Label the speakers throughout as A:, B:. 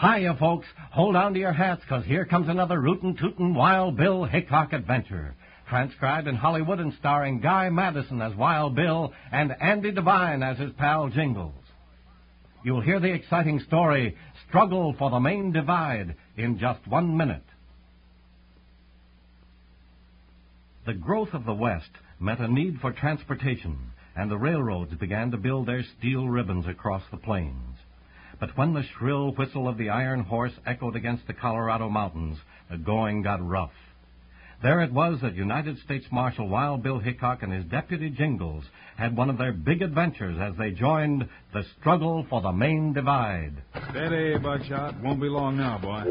A: Hiya, folks. Hold on to your hats, 'cause here comes another rootin' tootin' Wild Bill Hickok adventure. Transcribed in Hollywood and starring Guy Madison as Wild Bill and Andy Devine as his pal Jingles. You'll hear the exciting story, Struggle for the Main Divide, in just one minute. The growth of the West met a need for transportation, and the railroads began to build their steel ribbons across the plains. But when the shrill whistle of the iron horse echoed against the Colorado mountains, the going got rough. There it was that United States Marshal Wild Bill Hickok and his deputy Jingles had one of their big adventures as they joined the struggle for the main divide.
B: Steady, Buckshot. Won't be long now, boy.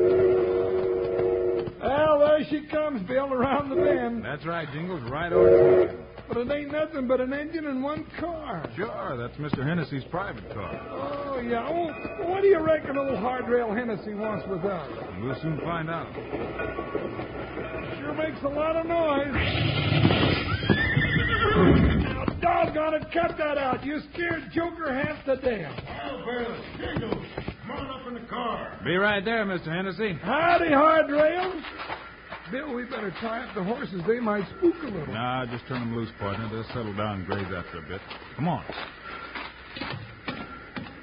C: Well, there she comes, Bill, around the bend.
B: That's right, Jingles. Right over the bend.
C: But it ain't nothing but an engine and one car.
B: Sure, that's Mr. Hennessy's private car.
C: Oh, yeah. Oh, what do you reckon old Hardrail Hennessy wants with us?
B: We'll soon find out.
C: Sure makes a lot of noise. Doggone it, cut that out. You scared Joker half to death.
B: Be right there, Mr. Hennessy.
C: Howdy, Hardrail. Bill, we better tie up the horses. They might spook a little.
B: Nah, just turn them loose, partner. They'll settle down and graze after a bit. Come on.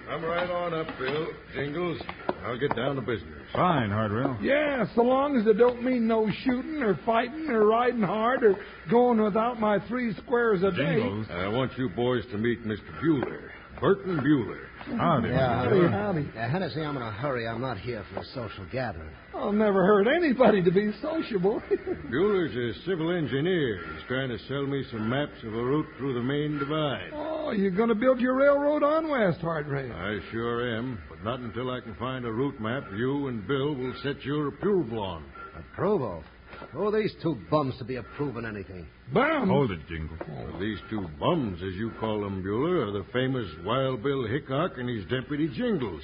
D: Come right on up, Bill. Jingles, I'll get down to business.
B: Fine, Hardwell.
C: Yeah, so long as it don't mean no shooting or fighting or riding hard or going without my three squares a day.
B: Jingles.
D: I want you boys to meet Mr. Bueller, Burton Bueller.
B: Howdy.
E: Yeah,
B: Mr.
E: howdy,
B: Bueller.
E: howdy. Uh, Hennessy, I'm in a hurry. I'm not here for a social gathering.
C: I'll never hurt anybody to be sociable.
D: Bueller's a civil engineer. He's trying to sell me some maps of a route through the main divide.
C: oh, you're going to build your railroad on West Hardrail.
D: I sure am, but not until I can find a route map you and Bill will set your approval on.
E: Approval? Oh, these two bums to be approving anything.
C: Bum.
B: Hold it, Jingles.
D: Well, Oh, these two bums, as you call them, Bueller, are the famous Wild Bill Hickok and his deputy Jingles.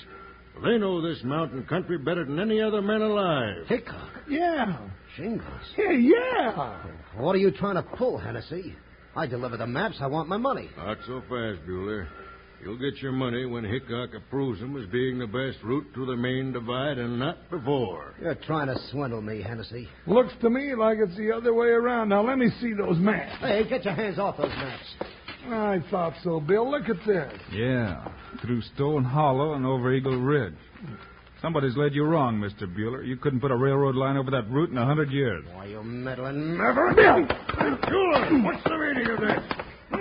D: They know this mountain country better than any other man alive.
E: Hickok?
C: Yeah.
E: Jingles?
C: Yeah, yeah.
E: What are you trying to pull, Hennessy? I deliver the maps. I want my money.
D: Not so fast, Bueller. You'll get your money when Hickok approves them as being the best route to the main divide and not before.
E: You're trying to swindle me, Hennessy.
C: Looks to me like it's the other way around. Now, let me see those maps.
E: Hey, get your hands off those maps.
C: I thought so, Bill. Look at this.
B: Yeah. Through Stone Hollow and over Eagle Ridge. Somebody's led you wrong, Mr. Bueller. You couldn't put a railroad line over that route in a hundred years.
E: Why, you meddling mer-
C: Never Bill!
D: Bueller, what's the meaning of this?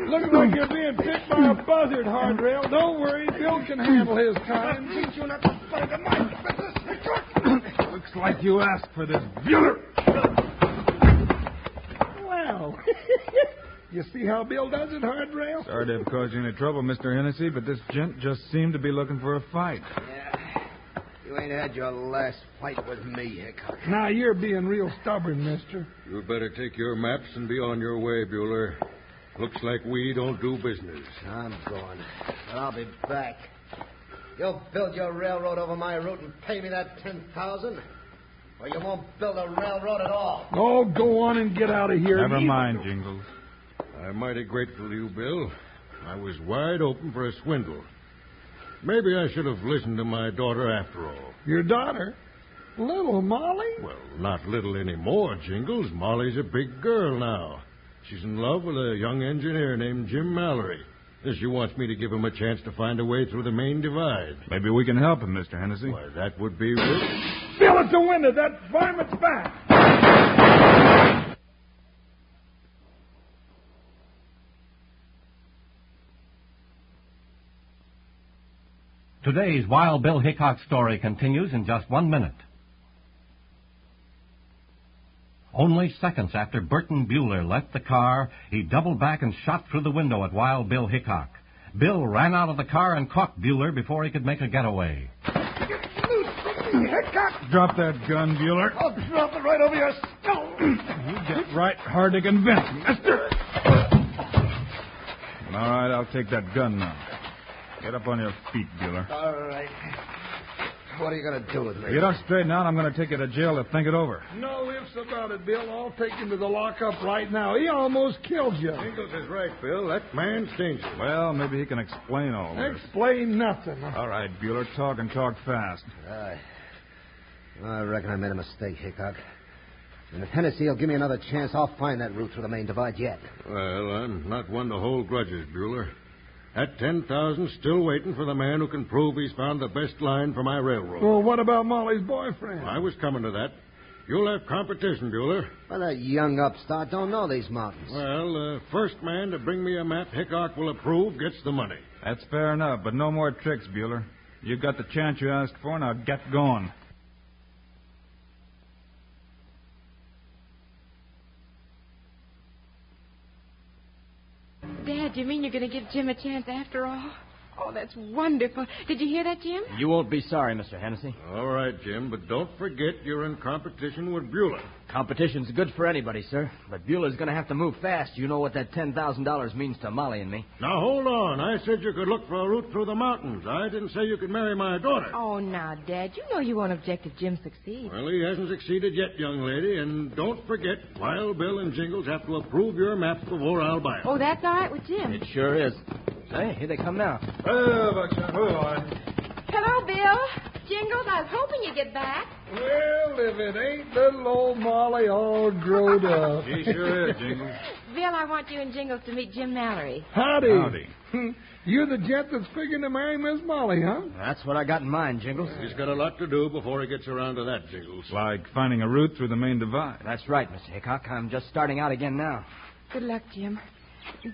C: Looks like you're being picked by a buzzard, Hardrail. Don't worry, Bill can handle his kind. Teach you not to fight a
B: Looks like you asked for this.
C: Well, you see how Bill does it, Hardrail?
B: Sorry to have caused you any trouble, Mr. Hennessy, but this gent just seemed to be looking for a fight.
E: You ain't had your last fight with me, Hickok.
C: Now you're being real stubborn, Mister.
D: You'd better take your maps and be on your way, Bueller. Looks like we don't do business.
E: I'm going. But I'll be back. You'll build your railroad over my route and pay me that ten thousand, or you won't build a railroad at all.
C: Oh, go on and get out of here.
B: Never
C: You-
B: mind, Jingles.
D: I'm mighty grateful to you, Bill. I was wide open for a swindle. Maybe I should have listened to my daughter after all.
C: Your daughter, little Molly.
D: Well, not little anymore, Jingles. Molly's a big girl now. She's in love with a young engineer named Jim Mallory. As she wants me to give him a chance to find a way through the main divide.
B: Maybe we can help him, Mr. Hennessy.
D: Why, that would be. wor-
C: Bill, it's a window. That varmint's back.
A: Today's Wild Bill Hickok story continues in just one minute. Only seconds after Burton Bueller left the car, he doubled back and shot through the window at Wild Bill Hickok. Bill ran out of the car and caught Bueller before he could make a getaway.
C: Hickok,
B: Drop that gun, Bueller.
C: I'll drop it right over your skull.
B: You get right hard to convince, mister. All right, I'll take that gun now. Get up on your feet, Bueller.
E: All right. What are you going to do with me?
B: If you don't straighten out, I'm going to take you to jail to think it over.
C: No ifs about it, Bill. I'll take him to the lockup right now. He almost killed you.
D: Jingles is right, Bill. That man's dangerous.
B: Well, maybe he can explain all this.
C: Explain nothing.
B: All right, Bueller, talk and talk fast.
E: Aye. Uh, I reckon I made a mistake, Hickok. And if Hennessy will give me another chance, I'll find that route through the main divide yet.
D: Well, I'm not one to hold grudges, Bueller. That 10,000 still waiting for the man who can prove he's found the best line for my railroad.
C: Well, what about Molly's boyfriend?
D: I was coming to that. You'll have competition, Bueller.
E: Well, that young upstart don't know these mountains.
D: Well, uh, first man to bring me a map Hickok will approve gets the money.
B: That's fair enough, but no more tricks, Bueller. You got the chance you asked for, now get going.
F: Dad, you mean you're going to give Jim a chance after all? Oh, that's wonderful. Did you hear that, Jim?
G: You won't be sorry, Mr. Hennessy.
D: All right, Jim, but don't forget you're in competition with Bueller.
G: Competition's good for anybody, sir. But Bueller's going to have to move fast. You know what that $10,000 means to Molly and me.
D: Now, hold on. I said you could look for a route through the mountains. I didn't say you could marry my daughter.
F: Oh, now, Dad, you know you won't object if Jim succeeds.
D: Well, he hasn't succeeded yet, young lady, and don't forget, Wild Bill and Jingles have to approve your maps before I'll buy 'em.
F: Oh, that's all right with Jim.
G: It sure is. Hey, here they come now.
C: Oh,
B: Well,
C: uh,
B: Buckshot, who are
F: Hello, Bill. Jingles, I was hoping you'd get back.
C: Well, if it ain't little old Molly all grown up.
B: He sure is, Jingles.
F: Bill, I want you and Jingles to meet Jim Mallory.
C: Howdy.
B: Howdy.
C: Hmm. You're the gent that's figuring to marry Miss Molly, huh?
G: That's what I got in mind, Jingles.
D: He's got a lot to do before he gets around to that, Jingles.
B: Like finding a route through the main divide.
G: That's right, Mr. Hickok. I'm just starting out again now.
F: Good luck, Jim.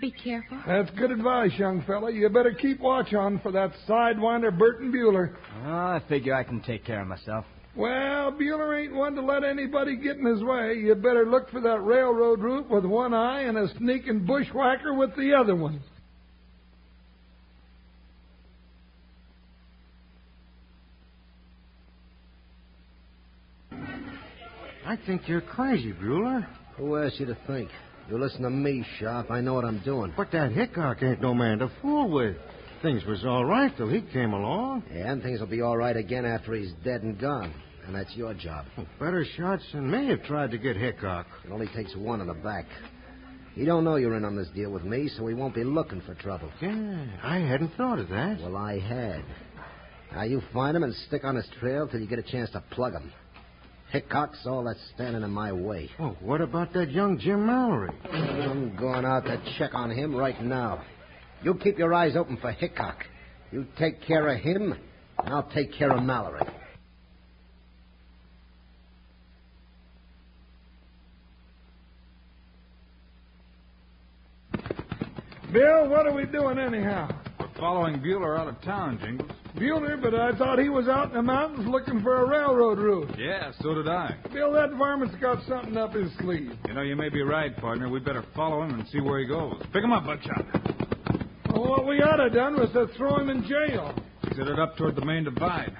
F: Be careful.
C: That's good advice, young fella. You better keep watch on for that sidewinder Burton Bueller.
G: Oh, I figure I can take care of myself.
C: Well, Bueller ain't one to let anybody get in his way. You better look for that railroad route with one eye and a sneaking bushwhacker with the other one.
D: I think you're crazy, Bueller.
E: Who asked you to think? You listen to me, Sharp. I know what I'm doing.
D: But that Hickok ain't no man to fool with. Things was all right till he came along.
E: Yeah, and things will be all right again after he's dead and gone. And that's your job.
D: Better shots than me have tried to get Hickok.
E: It only takes one in the back. He don't know you're in on this deal with me, so he won't be looking for trouble.
D: Yeah, I hadn't thought of that.
E: Well, I had. Now you find him and stick on his trail till you get a chance to plug him. Hickok's all that's standing in my way.
D: Well, Oh, what about that young Jim Mallory?
E: I'm going out to check on him right now. You keep your eyes open for Hickok. You take care of him, and I'll take care of Mallory.
C: Bill, what are we doing anyhow?
B: We're following Bueller out of town, Jingles.
C: Bueller, but I thought he was out in the mountains looking for a railroad route.
B: Yeah, so did I.
C: Bill, that varmint's got something up his sleeve.
B: You know, you may be right, partner. We better follow him and see where he goes. Pick him up, Buckshot.
C: Well, what we ought to done was to throw him in jail.
B: He's headed up toward the main divide.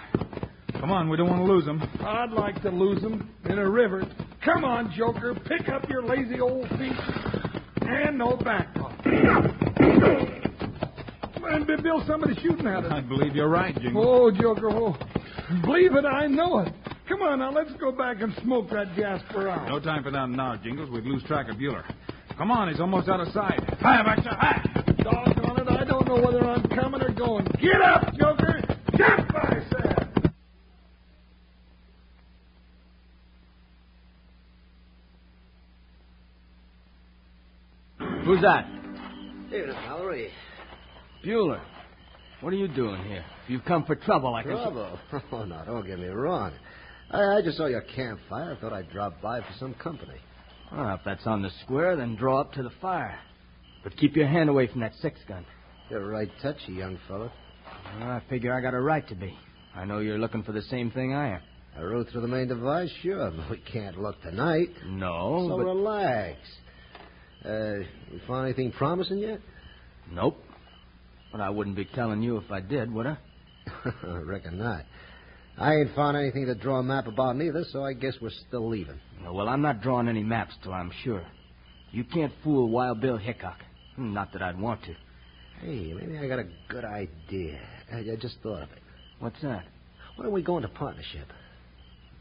B: Come on, we don't want to lose him.
C: I'd like to lose him in a river. Come on, Joker, pick up your lazy old feet and no back off. And Bi- Bill, somebody's shooting at
B: I
C: us.
B: believe you're right, Jingles.
C: Oh, Joker, oh. believe it, I know it. Come on now, let's go back and smoke that Jasper out.
B: No time for that now, Jingles. We'd lose track of Bueller. Come on, he's almost out of sight. Hi, Buckshot. Hi.
C: Doggone it, I don't know whether I'm coming or going. Get up, Joker! Jump, I said!
G: Who's that?
E: Here, Mallory.
G: Bueller, what are you doing here? If you've come for trouble, I can.
E: Trouble? Oh, no, don't get me wrong. I, I just saw your campfire. I thought I'd drop by for some company.
G: Ah, if that's on the square, then draw up to the fire. But keep your hand away from that six gun.
E: You're right touchy, young fellow.
G: Well, I figure I got a right to be. I know you're looking for the same thing I am.
E: I rode through the main device, sure, but we can't look tonight.
G: No,
E: so
G: but
E: relax. Uh, you found anything promising yet?
G: nope. But I wouldn't be telling you if I did, would I?
E: Reckon not. I ain't found anything to draw a map about neither, so I guess we're still leaving.
G: Well, I'm not drawing any maps till I'm sure. You can't fool Wild Bill Hickok. Not that I'd want to.
E: Hey, maybe I got a good idea. I, I just thought of it.
G: What's that?
E: Why don't we go into partnership?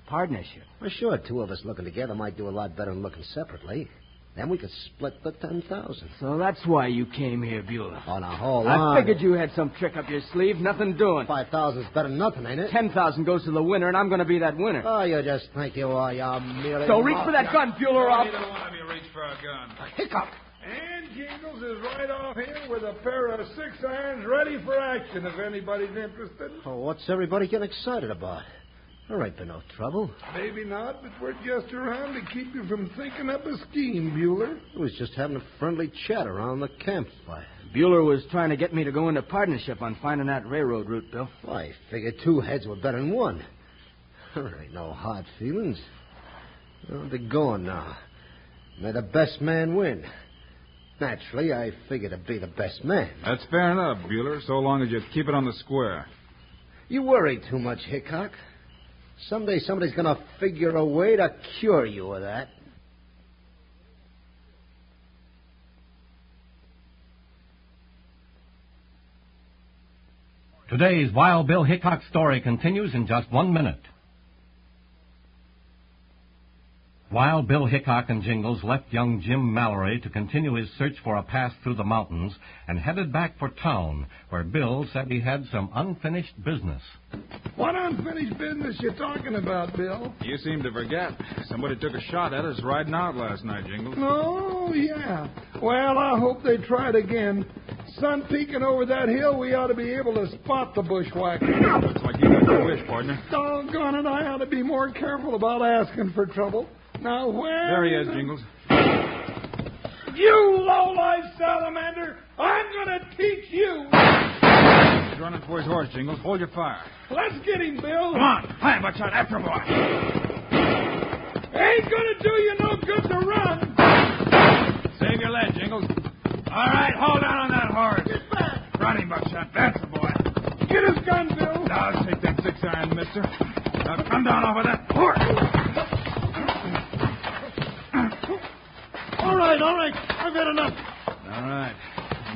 G: Partnership.
E: Well, sure, two of us looking together might do a lot better than looking separately. Then we could split the ten thousand.
G: So that's why you came here, Bueller.
E: Oh, now hold on.
G: I figured you had some trick up your sleeve. Nothing doing.
E: Five thousand's better than nothing, ain't it?
G: Ten thousand goes to the winner, and I'm going to be that winner.
E: Oh, you just think you are. You're merely.
G: so reach for that gun, Bueller.
B: Neither
G: I'll...
B: one of you reach for a gun.
G: Hickok.
C: And Jingles is right off here with a pair of six irons ready for action if anybody's interested.
E: Oh, what's everybody getting excited about? There ain't been no trouble.
C: Maybe not, but we're just around to keep you from thinking up a scheme, Bueller.
E: It was just having a friendly chat around the campfire.
G: Bueller was trying to get me to go into partnership on finding that railroad route, Bill.
E: Why, I figured two heads were better than one. There ain't no hard feelings. Well, they're gone now. May the best man win. Naturally, I figure to be the best man.
B: That's fair enough, Bueller, so long as you keep it on the square.
E: You worry too much, Hickok. Someday somebody's going to figure a way to cure you of that.
A: Today's Wild Bill Hickok story continues in just one minute. While Bill Hickok and Jingles left young Jim Mallory to continue his search for a pass through the mountains and headed back for town, where Bill said he had some unfinished business.
C: What unfinished business you talking about, Bill?
B: You seem to forget. Somebody took a shot at us riding out last night, Jingles.
C: Oh, yeah. Well, I hope they try it again. Sun peeking over that hill, we ought to be able to spot the bushwhacker.
B: Looks like you got your wish, partner.
C: Doggone it, I ought to be more careful about asking for trouble. Now, where...
B: There he is, Jingles.
C: You low-life salamander! I'm gonna teach you!
B: He's running for his horse, Jingles. Hold your fire.
C: Let's get him, Bill!
B: on. Hi, Buckshot. After him, boy.
C: Ain't gonna do you no good to run!
B: Save your lead, Jingles. All right, hold on on that horse. Get back. Run him, Buckshot. That's the boy.
C: Get his gun, Bill!
B: Now take that six iron, mister. Now come down off of that horse.
C: All right, all right. I've had enough.
B: All right.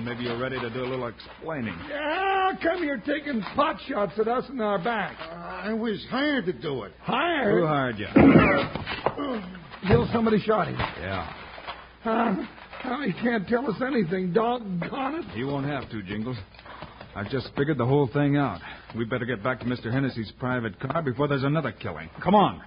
B: Maybe you're ready to do a little explaining.
C: How come you're taking pot shots at us in our back?
D: I was hired to do it.
B: Who
C: Hired?
B: hired you?
C: Bill, somebody shot him.
B: Yeah.
C: Huh? Now he can't tell us anything. Doggone it.
B: You won't have to, Jingles. I've just figured the whole thing out. We better get back to Mr. Hennessy's private car before there's another killing. Come on.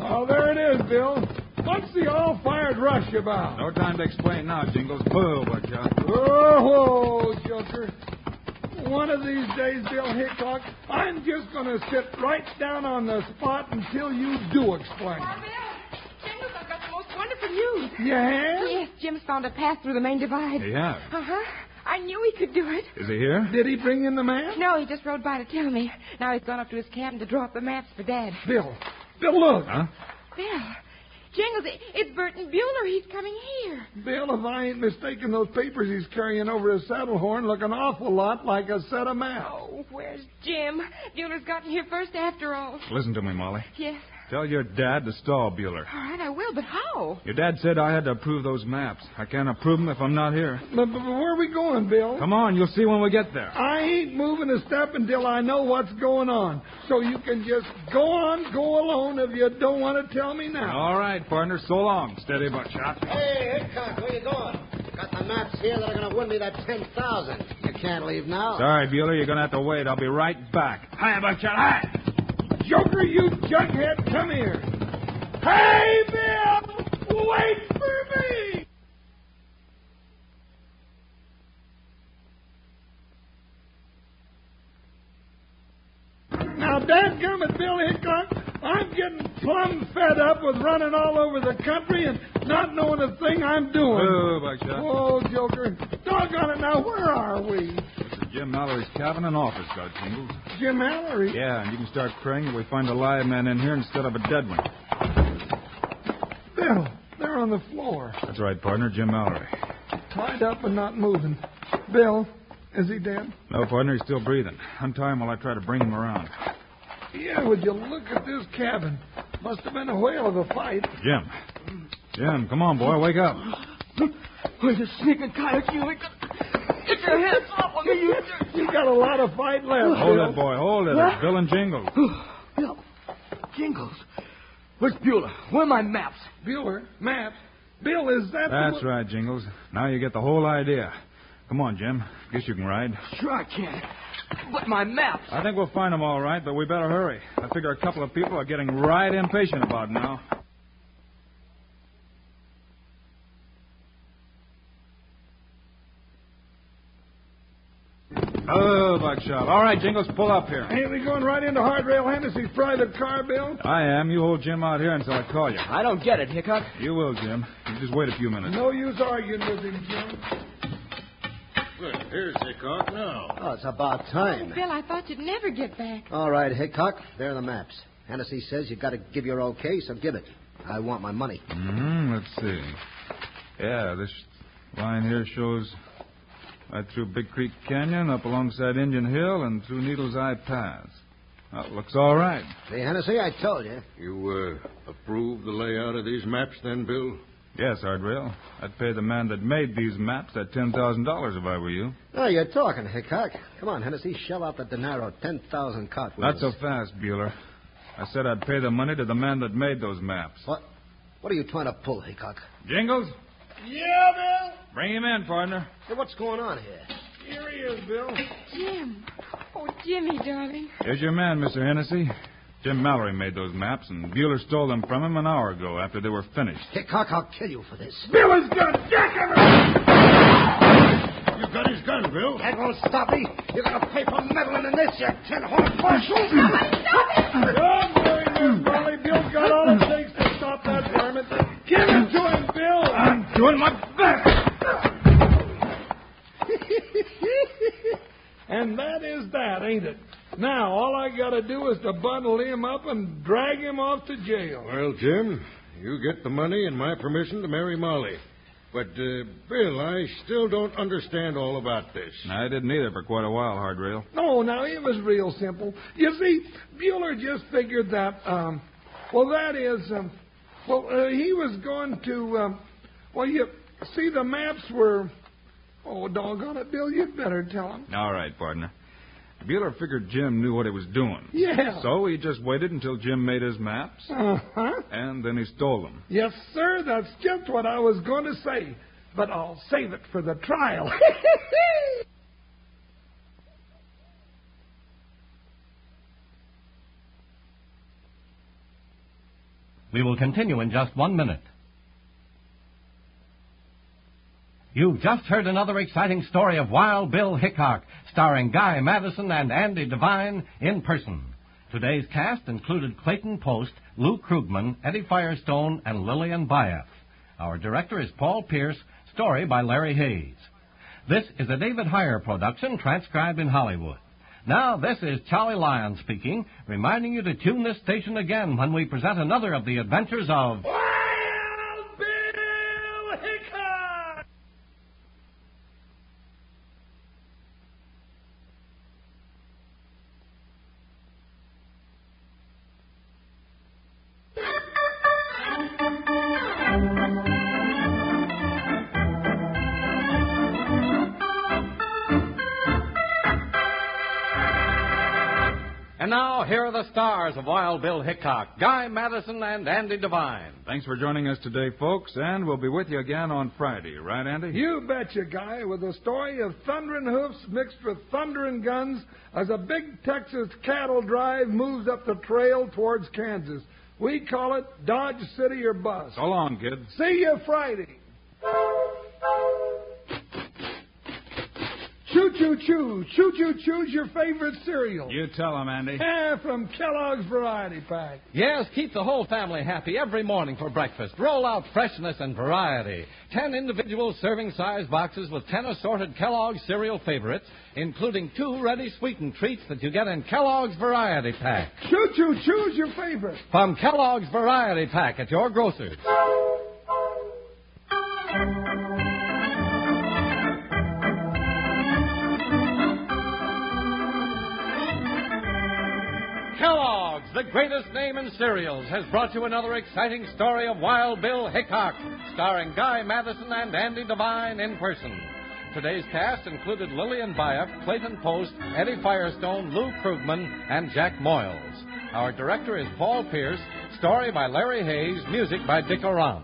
C: Oh, there it is, Bill. What's the all-fired rush about?
B: No time to explain now, Jingles. Boo, Buckshot.
C: Oh, Joker. One of these days, Bill Hickok, I'm just going to sit right down on the spot until you do explain.
F: Oh, Bill, Jingles, I've got the most wonderful news.
C: You have?
F: Yes, Jim's found a path through the main divide.
B: Yeah.
F: Uh huh. I knew he could do it.
B: Is he here?
C: Did he bring in the man?
F: No, he just rode by to tell me. Now he's gone up to his cabin to draw up the maps for Dad.
C: Bill. Bill, look.
B: Huh?
F: Bill, Jingles, it- it's Burton Bueller. He's coming here.
C: Bill, if I ain't mistaken, those papers he's carrying over his saddle horn look an awful lot like a set of maps.
F: Oh, where's Jim? Bueller's gotten here first after all.
B: Listen to me, Molly.
F: Yes.
B: Tell your dad to stall Bueller.
F: All right, I will, but how?
B: Your dad said I had to approve those maps. I can't approve them if I'm not here.
C: But, but where are we going, Bill?
B: Come on, you'll see when we get there.
C: I ain't moving a step until I know what's going on. So you can just go on, go alone if you don't want to tell me now.
B: All right, partner. So long. Steady, Buckshot.
E: Hey, Hickok, where you going? Got the maps here that are going to win me that 10,000. You can't leave now.
B: Sorry, Bueller. You're going to have to wait. I'll be right back. Hi, Buckshot. Hi.
C: Joker, you jughead, come here. Hey, Bill! Wait for me! Now, dadgummit, Bill Hickok, I'm getting plumb fed up with running all over the country and not knowing a thing I'm doing.
B: Oh, Buckshot.
C: Whoa, Joker. Doggone it now, where are we?
B: Jim Mallory's cabin and office got Jingles.
C: Jim Mallory.
B: Yeah, and you can start praying that we find a live man in here instead of a dead one.
C: Bill, they're on the floor,
B: That's right, partner, Jim Mallory.
C: tied up and not moving. Bill, is he dead?
B: No, partner, he's still breathing. Untie him while I try to bring him around.
C: Yeah, would you look at this cabin? Must have been a whale of a fight.
B: Jim. Jim, come on, boy, wake up.
G: Where's the sneaking coyote? You get your hands off of me, you
C: You got a lot of fight left.
B: Hold
C: Bill.
B: it, boy, hold it. It's Bill and Jingles.
G: Bill, Jingles. Where's Bueller? Where are my maps?
C: Bueller, Matt, Bill, is that?
B: That's right, Jingles. Now you get the whole idea. Come on, Jim. Guess you can ride.
G: Sure I can. But my maps.
B: I think we'll find him all right, but we better hurry. I figure a couple of people are getting right impatient about now. Oh, Buckshot. All right, Jingles, pull up here.
C: Ain't we going right into Hardrail Hennessy's private car, Bill?
B: I am. You hold Jim out here until I call you.
G: I don't get it, Hickok.
B: You will, Jim. You just wait a few minutes.
C: No use arguing with him, Jim.
D: Look, here's Hickok now.
E: Oh, it's about time.
F: Bill, I thought you'd never get back.
E: All right, Hickok, there are the maps. Hennessy says you got to give your okay, so give it. I want my money.
B: hmm Let's see. Yeah, this line here shows right through Big Creek Canyon, up alongside Indian Hill, and through Needle's Eye Pass. That looks all right.
E: See, Hennessy, I told you.
D: You uh, approve the layout of these maps then, Bill?
B: Yes, Hardrail. I'd pay the man that made these maps that ten thousand dollars if I were you.
E: Oh, you're talking, Hickok. Come on, Hennessy, shell out the dinero, 10,000
B: Not
E: cartwheels.
B: so fast, Bueller. I said I'd pay the money to the man that made those maps.
E: What? What are you trying to pull, Hickok?
B: Jingles,
C: Yeah, Bill.
B: bring him in, partner.
E: Hey, what's going on here?
C: Here he is, Bill.
F: Jim. Oh, Jimmy, darling.
B: Here's your man, Mr. Hennessy. Jim Mallory made those maps, and Bueller stole them from him an hour ago after they were finished.
E: Hickok, I'll kill you for this.
C: Bill has got jackhammer.
D: You got his gun, Bill.
E: That won't stop me. You're going to pay for meddling in this, you ten-horn marshal.
C: Don't worry, Miss Molly. Bill got all it takes to stop that varmint. Give it to him, Bill.
B: I'm doing my best.
C: And that is that, ain't it? Now all I got to do is to bundle him up and drag him off to jail.
D: Well, Jim, you get the money and my permission to marry Molly. But, uh, Bill, I still don't understand all about this.
B: I didn't either for quite a while, Hardrail.
C: No, now it was real simple. You see, Bueller just figured that. Um, well, that is. Um, well, uh, he was going to. Um, well, you see, the maps were. Oh, doggone it, Bill! You'd better tell him.
B: All right, partner. Bueller figured Jim knew what he was doing.
C: Yeah.
B: So he just waited until Jim made his maps,
C: Uh huh.
B: and then he stole them.
C: Yes, sir. That's just what I was going to say. But I'll save it for the trial.
A: We will continue in just one minute. You've just heard another exciting story of Wild Bill Hickok, starring Guy Madison and Andy Devine in person. Today's cast included Clayton Post, Lou Krugman, Eddie Firestone, and Lillian Baeff. Our director is Paul Pierce, story by Larry Hayes. This is a David Heyer production transcribed in Hollywood. Now, this is Charlie Lyon speaking, reminding you to tune this station again when we present another of the adventures of.
C: Wild Bill Hickok!
A: And now, here are the stars of Wild Bill Hickok Guy Madison and Andy Devine.
B: Thanks for joining us today, folks, and we'll be with you again on Friday, right, Andy?
C: You betcha, guy, with a story of thundering hoofs mixed with thundering guns as a big Texas cattle drive moves up the trail towards Kansas. We call it Dodge City or Bust.
B: So long, kid.
C: See you Friday. Choo choo choo. Choo choo choo's your favorite cereal.
B: You tell him, Andy.
C: Yeah, from Kellogg's Variety Pack.
A: Yes, keep the whole family happy every morning for breakfast. Roll out freshness and variety. Ten individual serving size boxes with ten assorted Kellogg's cereal favorites, including two ready sweetened treats that you get in Kellogg's Variety Pack.
C: Choo choo choo's your favorite.
A: From Kellogg's Variety Pack at your grocer's. Kellogg's, the greatest name in cereals, has brought you another exciting story of Wild Bill Hickok, starring Guy Madison and Andy Devine in person. Today's cast included Lillian Bayef, Clayton Post, Eddie Firestone, Lou Krugman, and Jack Moyles. Our director is Paul Pierce, story by Larry Hayes, music by Dick Oram.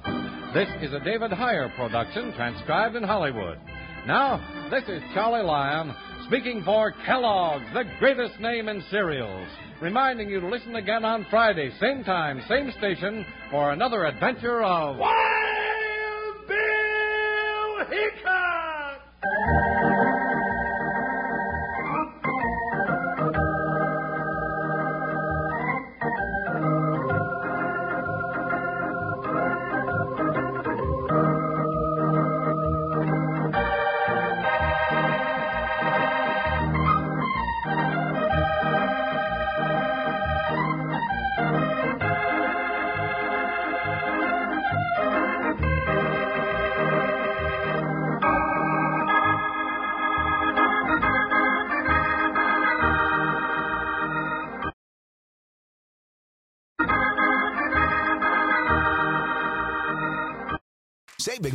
A: This is a David Heyer production, transcribed in Hollywood. Now, this is Charlie Lyon speaking for Kellogg's, the greatest name in cereals, reminding you to listen again on Friday, same time, same station, for another adventure of.
C: Wild Bill Hickok!
H: Save big